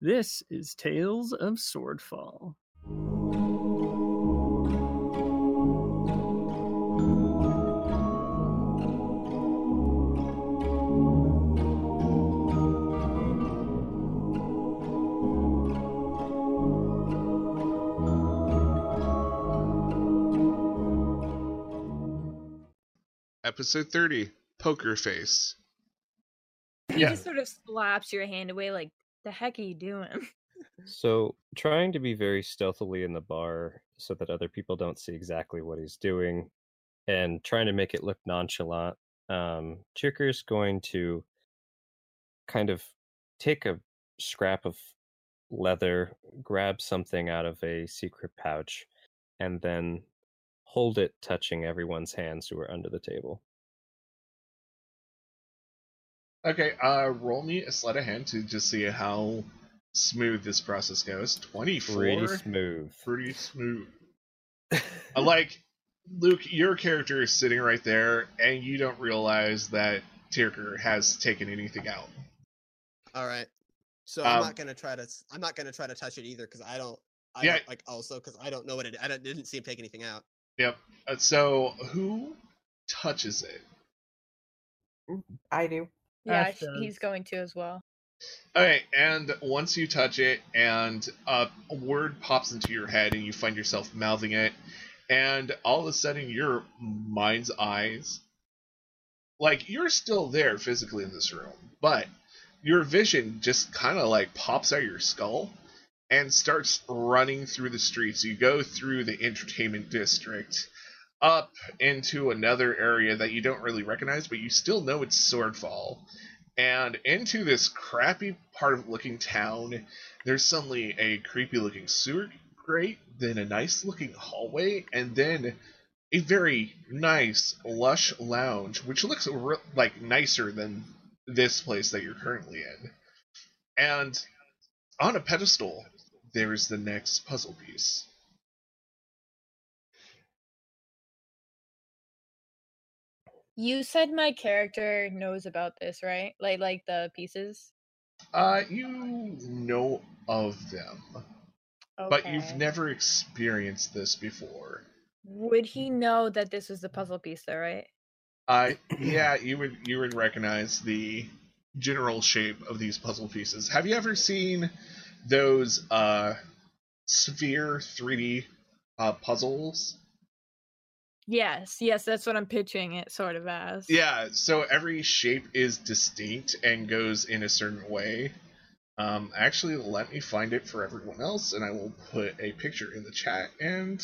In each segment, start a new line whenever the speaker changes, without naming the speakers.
This is Tales of Swordfall.
Episode 30 Poker Face.
He
Yeah.
just sort of slaps your hand away, like, the heck are you doing?
So, trying to be very stealthily in the bar so that other people don't see exactly what he's doing and trying to make it look nonchalant, um, Chicker's going to kind of take a scrap of leather, grab something out of a secret pouch, and then hold it touching everyone's hands who are under the table.
Okay, uh, roll me a sleight of hand to just see how smooth this process goes. 24.
Pretty smooth.
Pretty smooth. Uh, like, Luke, your character is sitting right there, and you don't realize that Tierker has taken anything out.
All right. So I'm
Um,
not gonna try to. s- I'm not gonna try to touch it either because I don't. I
Yeah.
don't, like also because I don't know what it. I don't, didn't see him take anything out.
Uh, so, who touches it?
I do.
Yeah,
That's, uh,
he's going to as well.
Okay, and once you touch it, and uh, a word pops into your head, and you find yourself mouthing it, and all of a sudden, your mind's eyes, like you're still there physically in this room, but your vision just kind of like pops out of your skull and starts running through the streets. You go through the entertainment district, up into another area that you don't really recognize, but you still know it's Swordfall and into this crappy part of looking town there's suddenly a creepy looking sewer grate then a nice looking hallway and then a very nice lush lounge which looks re- like nicer than this place that you're currently in and on a pedestal there's the next puzzle piece
You said my character knows about this, right? Like, like the pieces.
uh you know of them
Okay.
but you've never experienced this before
Would he know that this was the puzzle piece, though? Right?
Uh, yeah, you would you would recognize the general shape of these puzzle pieces. Have you ever seen those uh, sphere 3D uh, puzzles?
Yes, yes, that's what I'm pitching it sort of as.
Yeah, so every shape is distinct and goes in a certain way. Um, actually, let me find it for everyone else, and I will put a picture in the chat. And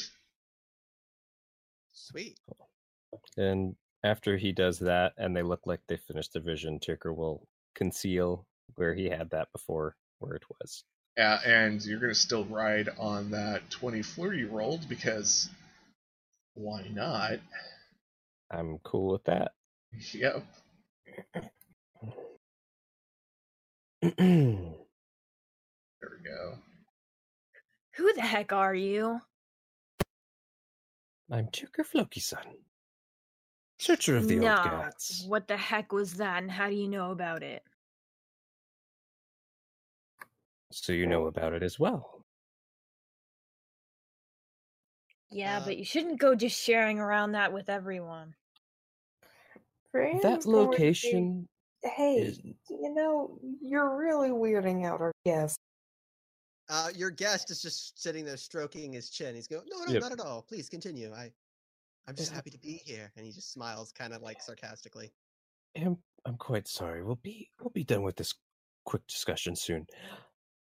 Sweet.
And after he does that and they look like they finished the vision, Ticker will conceal where he had that before, where it was.
uh, and you're gonna still ride on that 24 year old because why not?
I'm cool with that.
Yep.
Who
There we go.
Who the heck are you?
I'm Tuker Floki-san, searcher of the
no.
old gods.
What the heck was that, and how do you know about it?
So you know about it as well.
Yeah,
Uh,
but you shouldn't go just sharing around that with everyone.
Fran
that
is going to-
location,
Hey,
is-
you know, you're really weirding out our guests.
Uh, your guest is just sitting there stroking his chin. He's going, "No, no,
Yep.
not at all. Please continue. I, I'm just
Yeah.
happy to be here." And he just smiles, kind of like sarcastically.
I'm, I'm quite sorry. We'll be we'll be done with this quick discussion soon.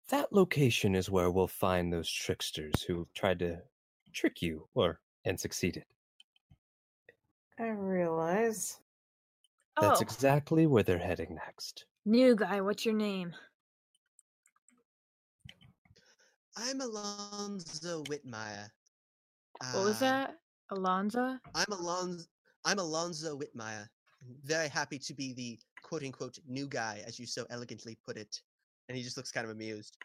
That location is where we'll find those tricksters who tried to trick you or and succeeded.
I realize.
That's
oh,
exactly where they're heading next.
new guy, what's your name?
I'm Alonzo Whitmire.
What was
Uh,
that? Alonza?
I'm Alonzo. I'm Alonzo Whitmire. I'm Very happy to be the quote unquote new guy, as you so elegantly put it. And he just looks kind of amused.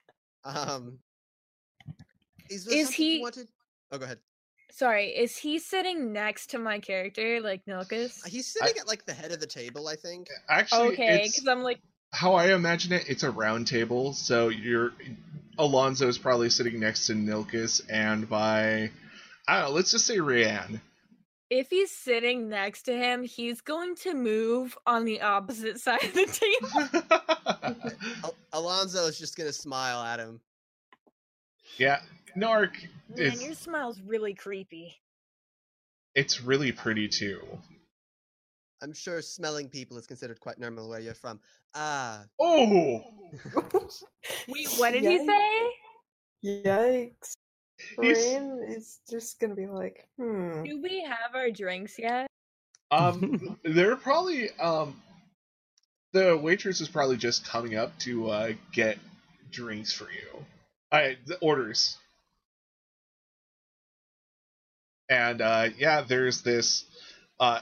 Um, is there
Is
something you
he-
wanted? Oh, go ahead.
Sorry, is he sitting next to my character, like Nilkus?
Uh, He's sitting at like the head of the table, I think.
Actually,
Okay,
it's,
because I'm like,
how I imagine it, it's a round table, so you're Alonzo is probably sitting next to Nilkus and by I don't know, let's just say Rianne.
If he's sitting next to him, he's going to move on the opposite side of the table.
Al- Alonzo is just gonna smile at him.
yeah, Narc,
Man,
It's-
your smile's really creepy.
it's really pretty too.
I'm sure smelling people is considered quite normal where you're from. Ah,
Oh,
Wait, what did he say?
he say? Yikes.
He's-
Rain is just gonna be like, hmm.
Do we have our drinks yet?
um, they're probably um, the waitress is probably just coming up to uh, get drinks for you. I the orders. And uh, yeah, there's this uh,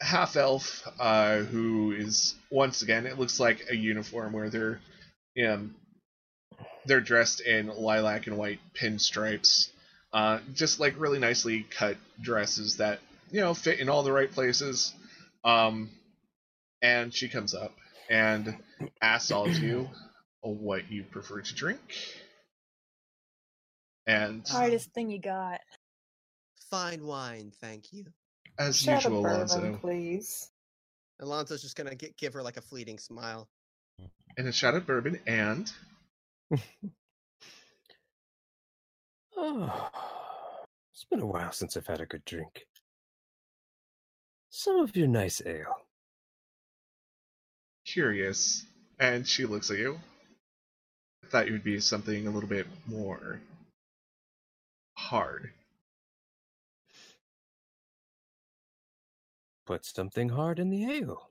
half elf uh, who is once again it looks like a uniform where they're um, they're dressed in lilac and white pinstripes, uh, just like really nicely cut dresses that you know fit in all the right places. Um, and she comes up and asks all of you what you prefer to drink. And
Uh,
Hardest thing you got.
fine wine, thank you.
as
Shut
usual,
up, bourbon,
Alonzo,
please.
Alonzo's just gonna gi- give her like a fleeting smile.
and a shot of bourbon and
Oh, it's been a while since I've had a good drink. Some of your nice ale.
curious. And she looks at you. I thought you would be something a little bit more hard.
Put something hard in the ale.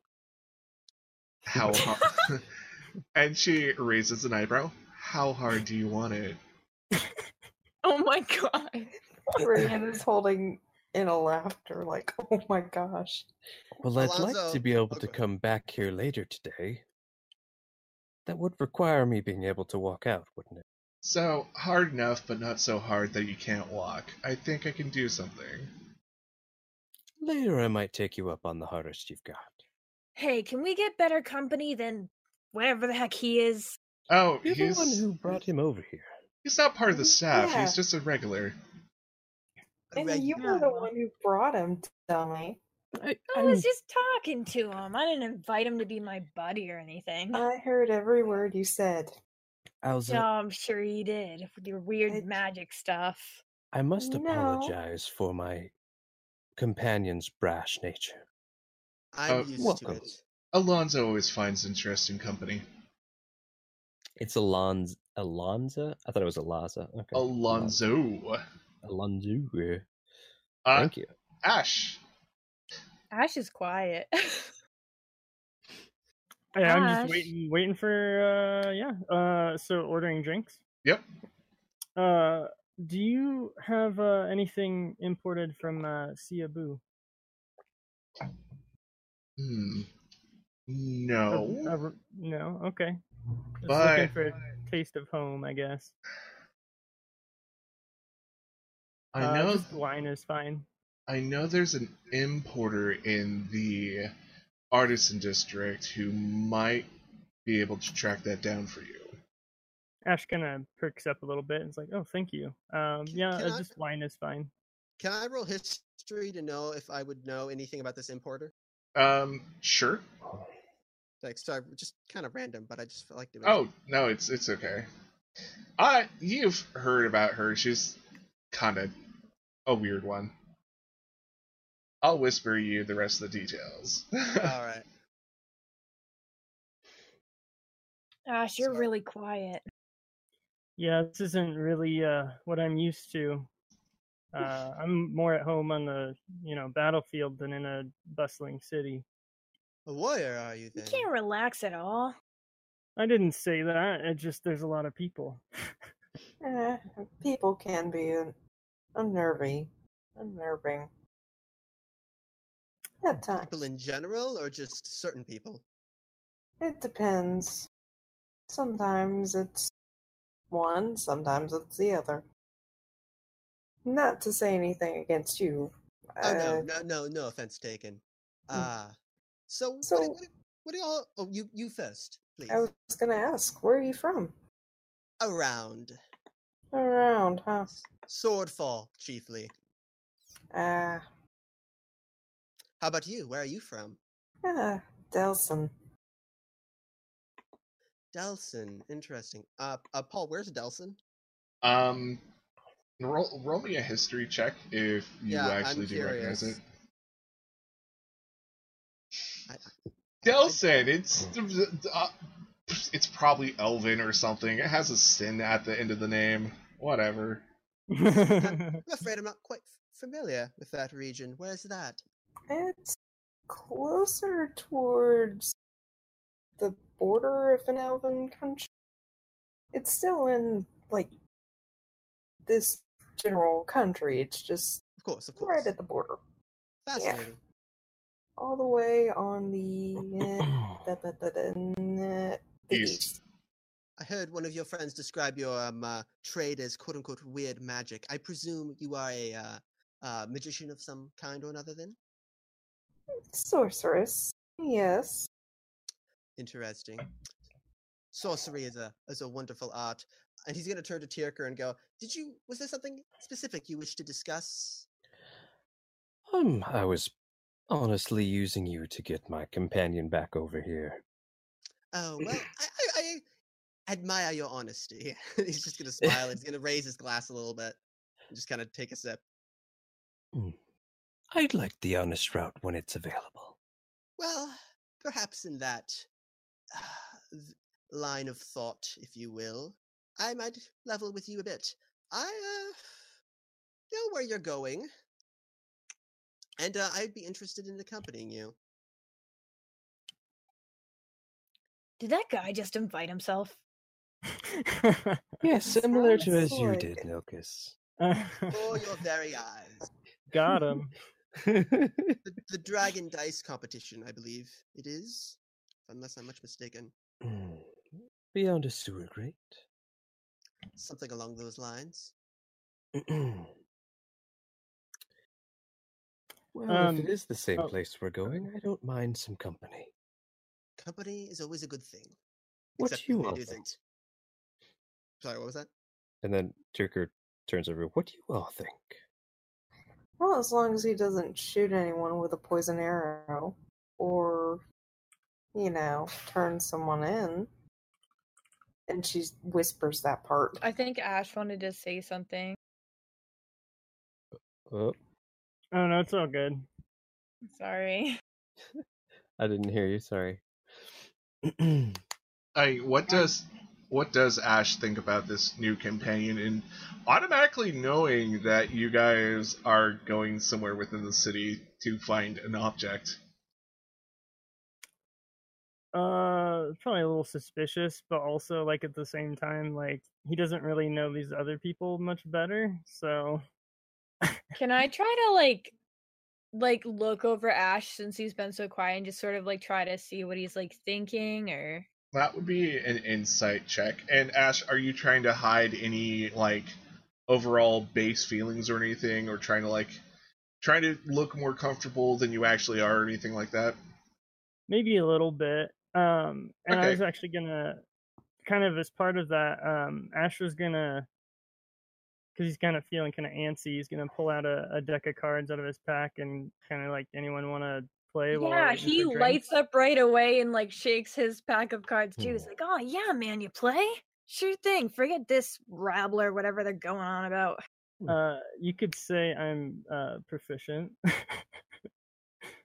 How hard? and she raises an eyebrow. How hard do you want it?
Oh my god.
Rain is holding in a laughter, like, oh my gosh.
Well, I'd like
Alonzo,
to be able to
okay.
come back here later today. That would require me being able to walk out, wouldn't it?
So hard enough, but not so hard that you can't walk. I think I can do something.
Later, I might take you up on the hardest you've got.
Hey, can we get better company than whatever the heck he is?
Oh,
You're
he's
the one who brought him over here.
he's not part of the staff.
Yeah.
He's just a regular.
A
And you were the
regular.
one who brought him, dummy.
I,
I
I'm-
was just talking to him. I didn't invite him to be my buddy or anything.
I heard every word you said.
Alza,
No, I'm sure he did with your weird
It-
magic stuff.
I must
No.
apologize for my companion's brash nature.
I'm
Uh,
used
welcome.
to it.
Alonzo always finds interesting company.
It's Alonz Alonza? I thought it was Alaza. Okay.
Alonzo.
Alonzo.
Uh,
Thank you.
Ash.
Ash is quiet.
Yeah, I'm
Ash.
just waiting, waiting for uh, yeah. Uh, so ordering drinks.
Yep.
Uh, do you have uh, anything imported from uh, Cebu?
Hmm.
A-
No.
a uh, r- no. Okay. Just
Bye.
looking for a taste of home, I guess.
I
Uh,
know.
just wine is fine.
I know there's an importer in the artisan district who might be able to track that down for you.
Ash kind of perks up a little bit. and is like, oh, thank you. Um,
C-
yeah,
can
uh,
I-
just wine is fine.
Can I roll history to know if I would know anything about this importer?
Um. Sure.
Like, sorry, just kind of random, but I just felt like doing it.
Oh no, it's it's okay. Uh, you've heard about her. She's kind of a weird one. I'll whisper you the rest of the details.
All right.
Ash, you're
Sorry.
really quiet.
Yeah, this isn't really uh, what I'm used to. Uh, I'm more at home on the you know battlefield than in a bustling city.
A warrior, are you
You
then?
can't relax at all.
I didn't say that. It just there's a lot of people.
Eh, people can be un- unnerving. Unnerving. At
People
times.
in general, or just certain people?
It depends. Sometimes it's one, sometimes it's the other. Not to say anything against you.
Oh no,
uh, Mm.
no, no, no offense taken. Ah, so, what,
So-
do- what, do- what do y'all? Oh, you, you first. please.
I was gonna ask, where are you from?
Around.
Around, huh?
Swordfall, chiefly.
Ah,
How about you? Where are you from?
ah, Delson.
Delson. Interesting. Uh, uh Paul, where's Delson?
Um, roll, roll me a history check if you
Yeah, I'm
actually do recognize it.
curious. I-
Delson, it's uh, it's probably Elvin or something. It has a sin at the end of the name. Whatever.
I'm afraid I'm not quite f- familiar with that region. Where's that?
It's closer towards the border of an elven country. It's still in, like, this general country. It's just
Of course, of course.
right at the border.
Fascinating.
All the way on the. eh, da, da, da, da, nah, the
East.
east.
I heard one of your friends describe your um, uh, trade as "quote unquote" weird magic. I presume you are a uh, uh, magician of some kind or another. Then,
Sorceress. Yes.
interesting. Sorcery is a is a wonderful art. And he's going to turn to Tierker and go, "Did you? Was there something specific you wished to discuss?"
Um, I was honestly using you to get my companion back over here.
Oh well, I, I, I admire your honesty. he's just going to smile. and He's going to raise his glass a little bit and just kind of take a sip.
I'd like the honest route when it's available.
Well, perhaps in that th- line of thought, if you will, I might level with you a bit. I uh, know where you're going, and uh, I'd be interested in accompanying you.
Did that guy just invite himself?
Yeah, similar to
sounds
as you
like-
did, Nilkus.
For your very eyes,
Got him.
the, the dragon dice competition, I believe it is, unless I'm much mistaken,
Mm. Beyond a sewer grate.
something along those lines.
well, if
Um,
it is the same
oh.
place we're going, I don't mind some company.
Company is always a good thing.
What
except
do you
when it
all
isn't.
think?
Sorry, what was that?
And then Turker turns over. What do you all think?
Well, as long as he doesn't shoot anyone with a poison arrow or, you know, turn someone in. And she whispers that part.
I think Ash wanted to say something.
Oh,
Oh no, it's all good.
Sorry.
I didn't hear you. Sorry.
I what does what does Ash think about this new companion and automatically knowing that you guys are going somewhere within the city to find an object?
Uh, probably a little suspicious, but also like at the same time, like he doesn't really know these other people much better. So
Can I try to like like look over Ash since he's been so quiet and just sort of like try to see what he's like thinking or
That would be an insight check. And Ash, are you trying to hide any like overall base feelings or anything, or trying to like trying to look more comfortable than you actually are, or anything like that?
maybe a little bit. Um, and I
Okay.
was actually gonna kind of as part of that, um, Ash was gonna because he's kind of feeling kind of antsy. He's gonna pull out a, a deck of cards out of his pack and kind of like anyone want to play? while we're
Yeah,
waiting for
he
drinks?"
lights up right away and like shakes his pack of cards too. He's
Hmm.
like, "Oh yeah, man, you play? Sure thing. Forget this rabble or whatever they're going on about."
Uh, you could say I'm uh proficient.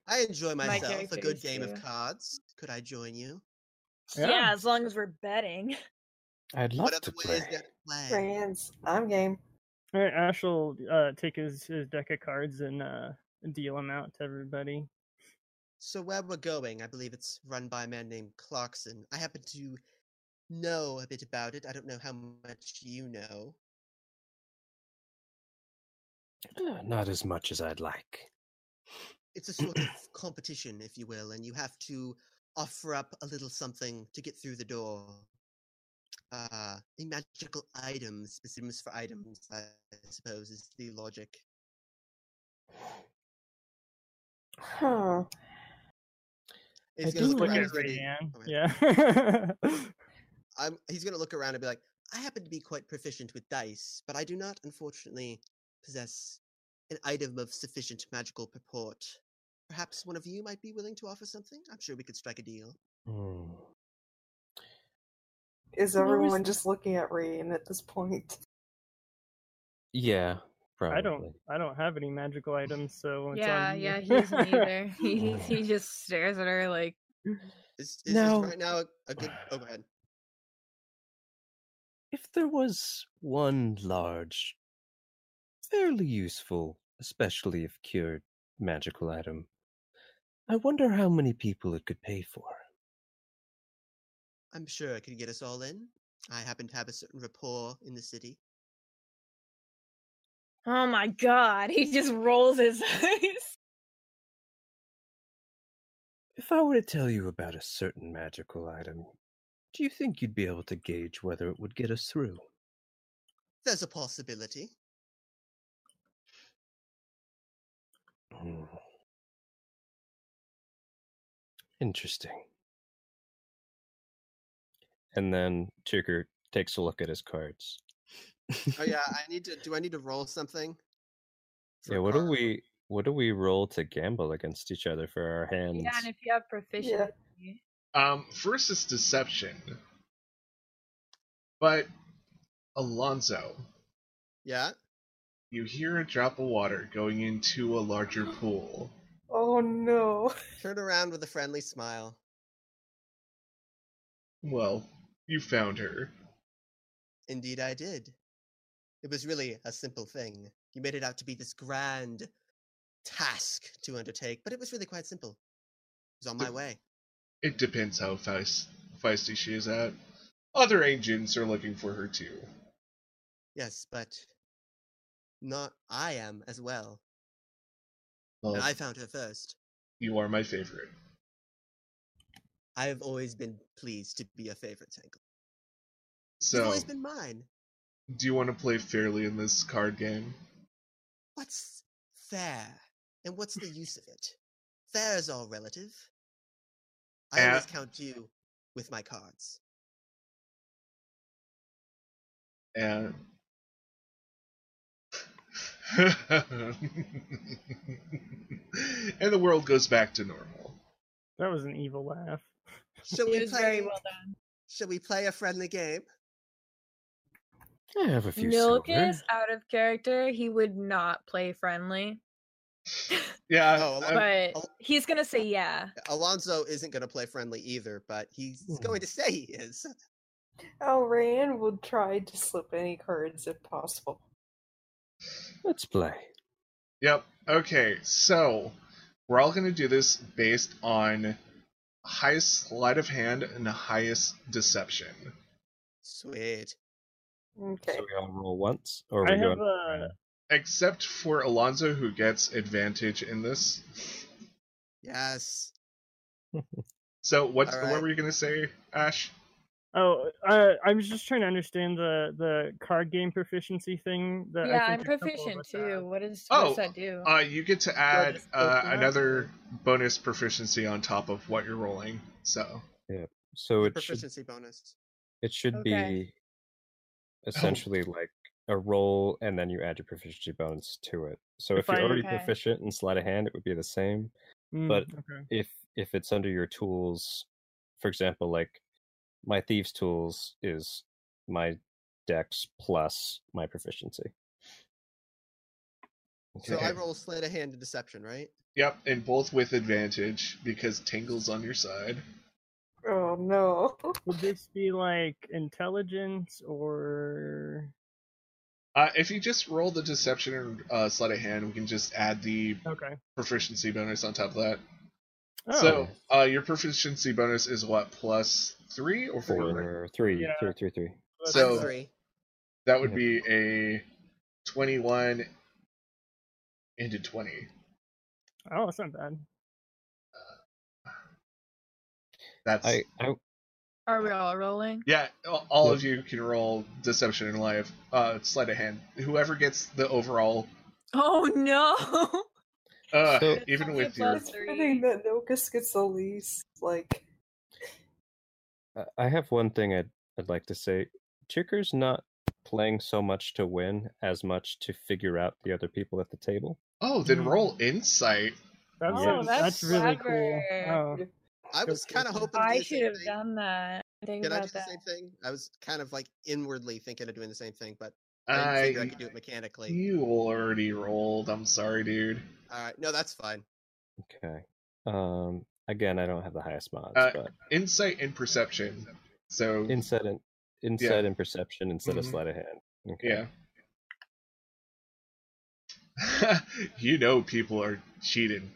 I enjoy
My
myself a
character
good
is
game
too.
of cards. Could I join you?
Yeah.
Yeah, as long as we're betting.
I'd love
What
to
other way
play.
is there to play?
Friends, I'm game.
All right, Ash will uh, take his, his deck of cards and uh, deal them out to everybody.
So where we're going, I believe it's run by a man named Clarkson. I happen to know a bit about it. I don't know how much you know.
Uh, Not as much as I'd like.
It's a sort of competition, if you will, and you have to offer up a little something to get through the door. Uh, the magical items, synonyms for items, I suppose, is the logic.
Huh.
I
He's
do
gonna look
look
around.
at
He's gonna be,
Rayanne.
okay.
Yeah.
I'm, he's gonna look around and be like, I happen to be quite proficient with dice, but I do not, unfortunately, possess an item of sufficient magical purport. Perhaps one of you might be willing to offer something. I'm sure we could strike a deal.
Hmm.
Is
What was
everyone
the-
just looking at Rain at this point?
Yeah, probably.
I don't. I don't have any magical items, so Oh, it's
yeah,
on you.
yeah, he isn't either. He he just stares at her like
Is, is,
No.
is right now a, a good? Oh, go ahead.
If there was one large, fairly useful, especially if cured, magical item, I wonder how many people it could pay for.
I'm sure I could get us all in. I happen to have a certain rapport in the city.
Oh my god, he just rolls his eyes.
If I were to tell you about a certain magical item, do you think you'd be able to gauge whether it would get us through?
There's a possibility.
Hmm. Interesting. And then Tucker takes a look at his cards.
Oh yeah, I need to. Do I need to roll something? for
yeah, what do
card?
we what do we roll to gamble against each other for our hands?
Yeah, and if you have proficiency.
Um, first is deception, but Alonso,
Yeah.
you hear a drop of water going into a larger pool.
Oh no.
Turn around with a friendly smile.
Well, you found her.
Indeed, I did. It was really a simple thing. You made it out to be this grand task to undertake, but it was really quite simple. It was on my
Yep.
way.
It depends how feist, feisty she is at. Other agents are looking for her too.
Yes, but not I am as well.
Well,
And I found her first.
you are my favorite.
I have always been pleased to be a favorite, Tangle. You've
So,
always been mine.
do you want to play fairly in this card game?
What's fair? And what's the use of it? Fair is all relative. I always
Uh,
count you with my cards.
And and the world goes back to normal.
That was an evil laugh.
Shall
It
we
was very
play?
well done.
Shall we play a friendly game?
I have a few
Milk
silver.
is out of character. He would not play friendly,
Yeah,
Oh,
I-
Um,
but
I'll-
he's gonna say yeah.
Alonso isn't going to play friendly either, but he's going to say he is.
Oh, Rayanne would try to slip any cards if possible.
Let's play.
Yep. Okay, so we're all going to do this based on highest sleight of hand and highest deception.
Sweet.
Okay.
So we all roll once, or are
I
we
have
going?
a.
Except for Alonzo, who gets advantage in this.
Yes.
So, what's the
Alright.
one were you going to say, Ash?
Oh, uh, I was just trying to understand the the card game proficiency thing. That
Yeah,
I
I'm
think a couple of
proficient
us
too.
have.
What does
Oh,
what does that do?
Uh, you get to add
just
uh,
open up.
another bonus proficiency on top of what you're rolling. So,
So it should
Proficiency bonus.
it should
Okay.
be essentially like a roll, and then you add your proficiency bonus to it. So if,
If I-
you're already
Okay.
proficient in sleight of hand, it would be the same.
Mm,
but-
okay.
If if it's under your tools, for example, like my thieves' tools is my dex plus my proficiency.
So I
Okay.
roll sleight of hand and deception, right?
yep, and both with advantage because Tingle's on your side.
Oh no.
Would this be like intelligence or?
Uh, if you just roll the deception and uh, sleight of hand, we can just add the
Okay.
proficiency bonus on top of that.
Oh,
So uh, your proficiency bonus is what plus three or four? right?
Four, three,
Yeah.
three, three, three.
that's
so-
I'm
good.
three.
That would be a twenty-one into twenty.
oh, that's not bad.
That's
I, I
Are we all rolling?
yeah. a- All of you can roll deception and life uh, sleight of hand. Whoever gets the overall
Oh no!
Uh,
So-
even with your
Plus
I think
three.
that Nokus gets the least. Like,
I- uh, I have one thing I'd, I'd like to say. Chicker's not playing so much to win as much to figure out the other people at the table.
oh, then roll insight.
That's,
Oh,
a-
that's
that's, really cool.
clever.
Oh,
I
So
was kind of
cute.
hoping. to do
I
the
should
same
have
thing.
done that. Think
Did I
about
do the
that.
same thing? I was kind of like inwardly thinking of doing the same thing, but I didn't figure I
I
could do it mechanically.
you already rolled. I'm sorry, dude.
All right, no, that's fine.
Okay. Um. Again, I don't have the highest mods,
Uh, um,
but
Insight and perception. So
insight and insight and perception instead of
Mhm.
sleight of hand. Okay.
yeah. you know people are cheating,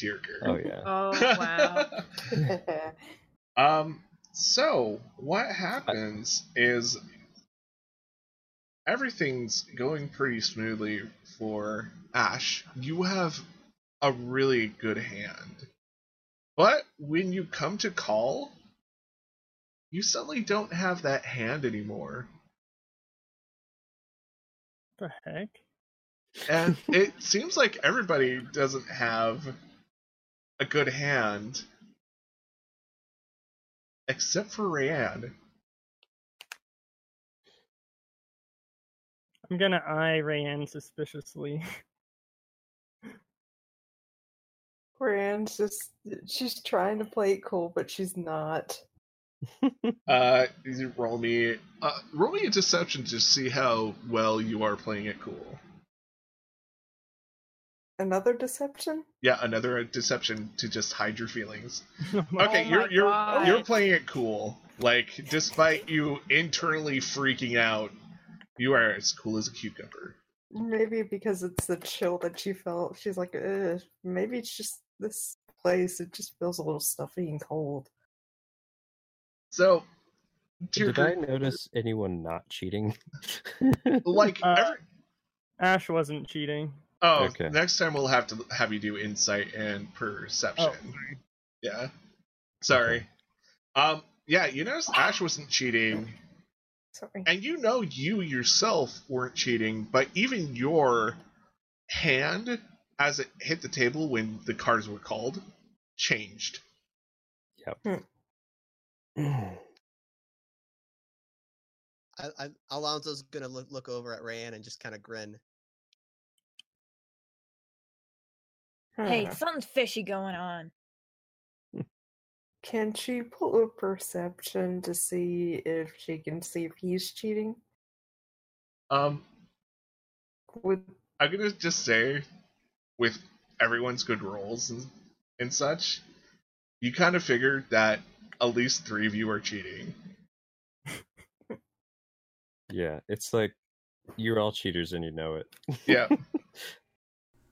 Tierker.
Oh yeah.
Oh wow.
um. So what happens is everything's going pretty smoothly for Ash. You have a really good hand, but when you come to call, you suddenly don't have that hand anymore.
what the heck?
and it seems like everybody doesn't have a good hand except for Rayanne.
I'm gonna eye Rayanne suspiciously.
Brianne's just, she's trying to play it cool, but she's not.
Uh, you roll me, uh, roll me a deception to see how well you are playing it cool.
Another deception?
Yeah, another deception to just hide your feelings.
Oh my-
Okay,
Oh
you're
my
you're
God.
you're playing it cool. Like, despite you internally freaking out, you are as cool as a cucumber.
Maybe because it's the chill that she felt. She's like, Ugh, maybe it's just this place. It just feels a little stuffy and cold.
So,
Did
Tyrker,
I notice anyone not cheating?
like
Uh,
every,
Ash wasn't cheating.
Oh,
Okay.
next time we'll have to have you do insight and perception.
Oh,
Yeah. Sorry.
Okay.
Um. Yeah, you noticed Ash wasn't cheating,
Sorry.
and you know you yourself weren't cheating, but even your hand, as it hit the table when the cards were called, changed.
I, I, Alonzo's gonna look, look over at Rayanne and just kind of grin.
hey,
Huh.
something's fishy going on.
Can she pull a perception to see if she can see if he's cheating?
Um.
With
I'm gonna just say, with everyone's good rolls and and such, you kind of figured that at least three of you are cheating.
yeah, it's like you're all cheaters and you know it.
Yeah.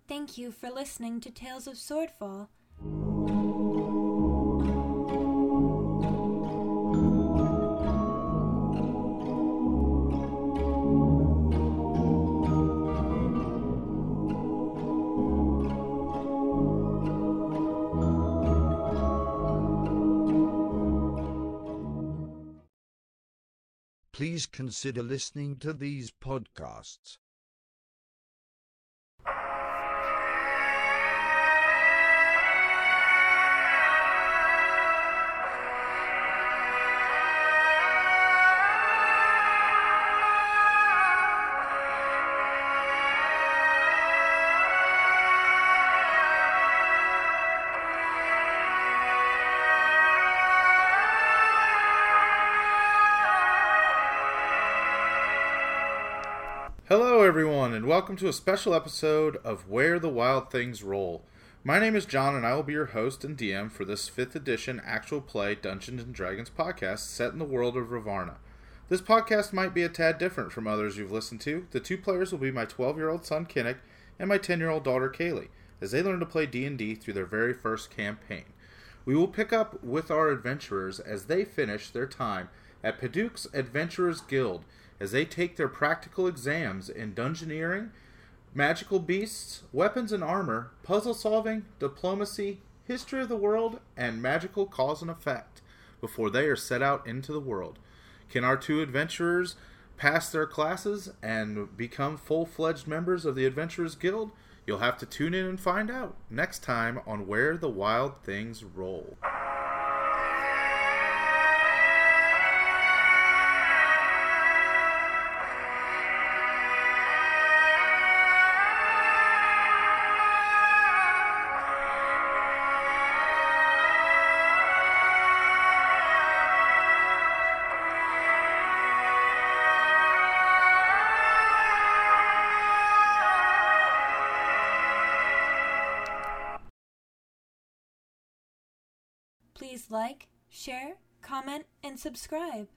Thank you for listening to Tales of Swordfall.
Please consider listening to these podcasts.
Hello, everyone, and welcome to a special episode of Where the Wild Things Roll. My name is John, and I will be your host and DM for this 5th edition actual play Dungeons and Dragons podcast set in the world of Ravarna. This podcast might be a tad different from others you've listened to. The two players will be my 12-year-old son Kinnick and my 10-year-old daughter Kaylee, as they learn to play D&D through their very first campaign. We will pick up with our adventurers as they finish their time at Paduke's Adventurers Guild as they take their practical exams in dungeoneering, magical beasts, weapons and armor, puzzle solving, diplomacy, history of the world, and magical cause and effect before they are set out into the world. Can our two adventurers pass their classes and become full fledged members of the Adventurers Guild? You'll have to tune in and find out next time on Where the Wild Things Roll.
Please like, share, comment, and subscribe.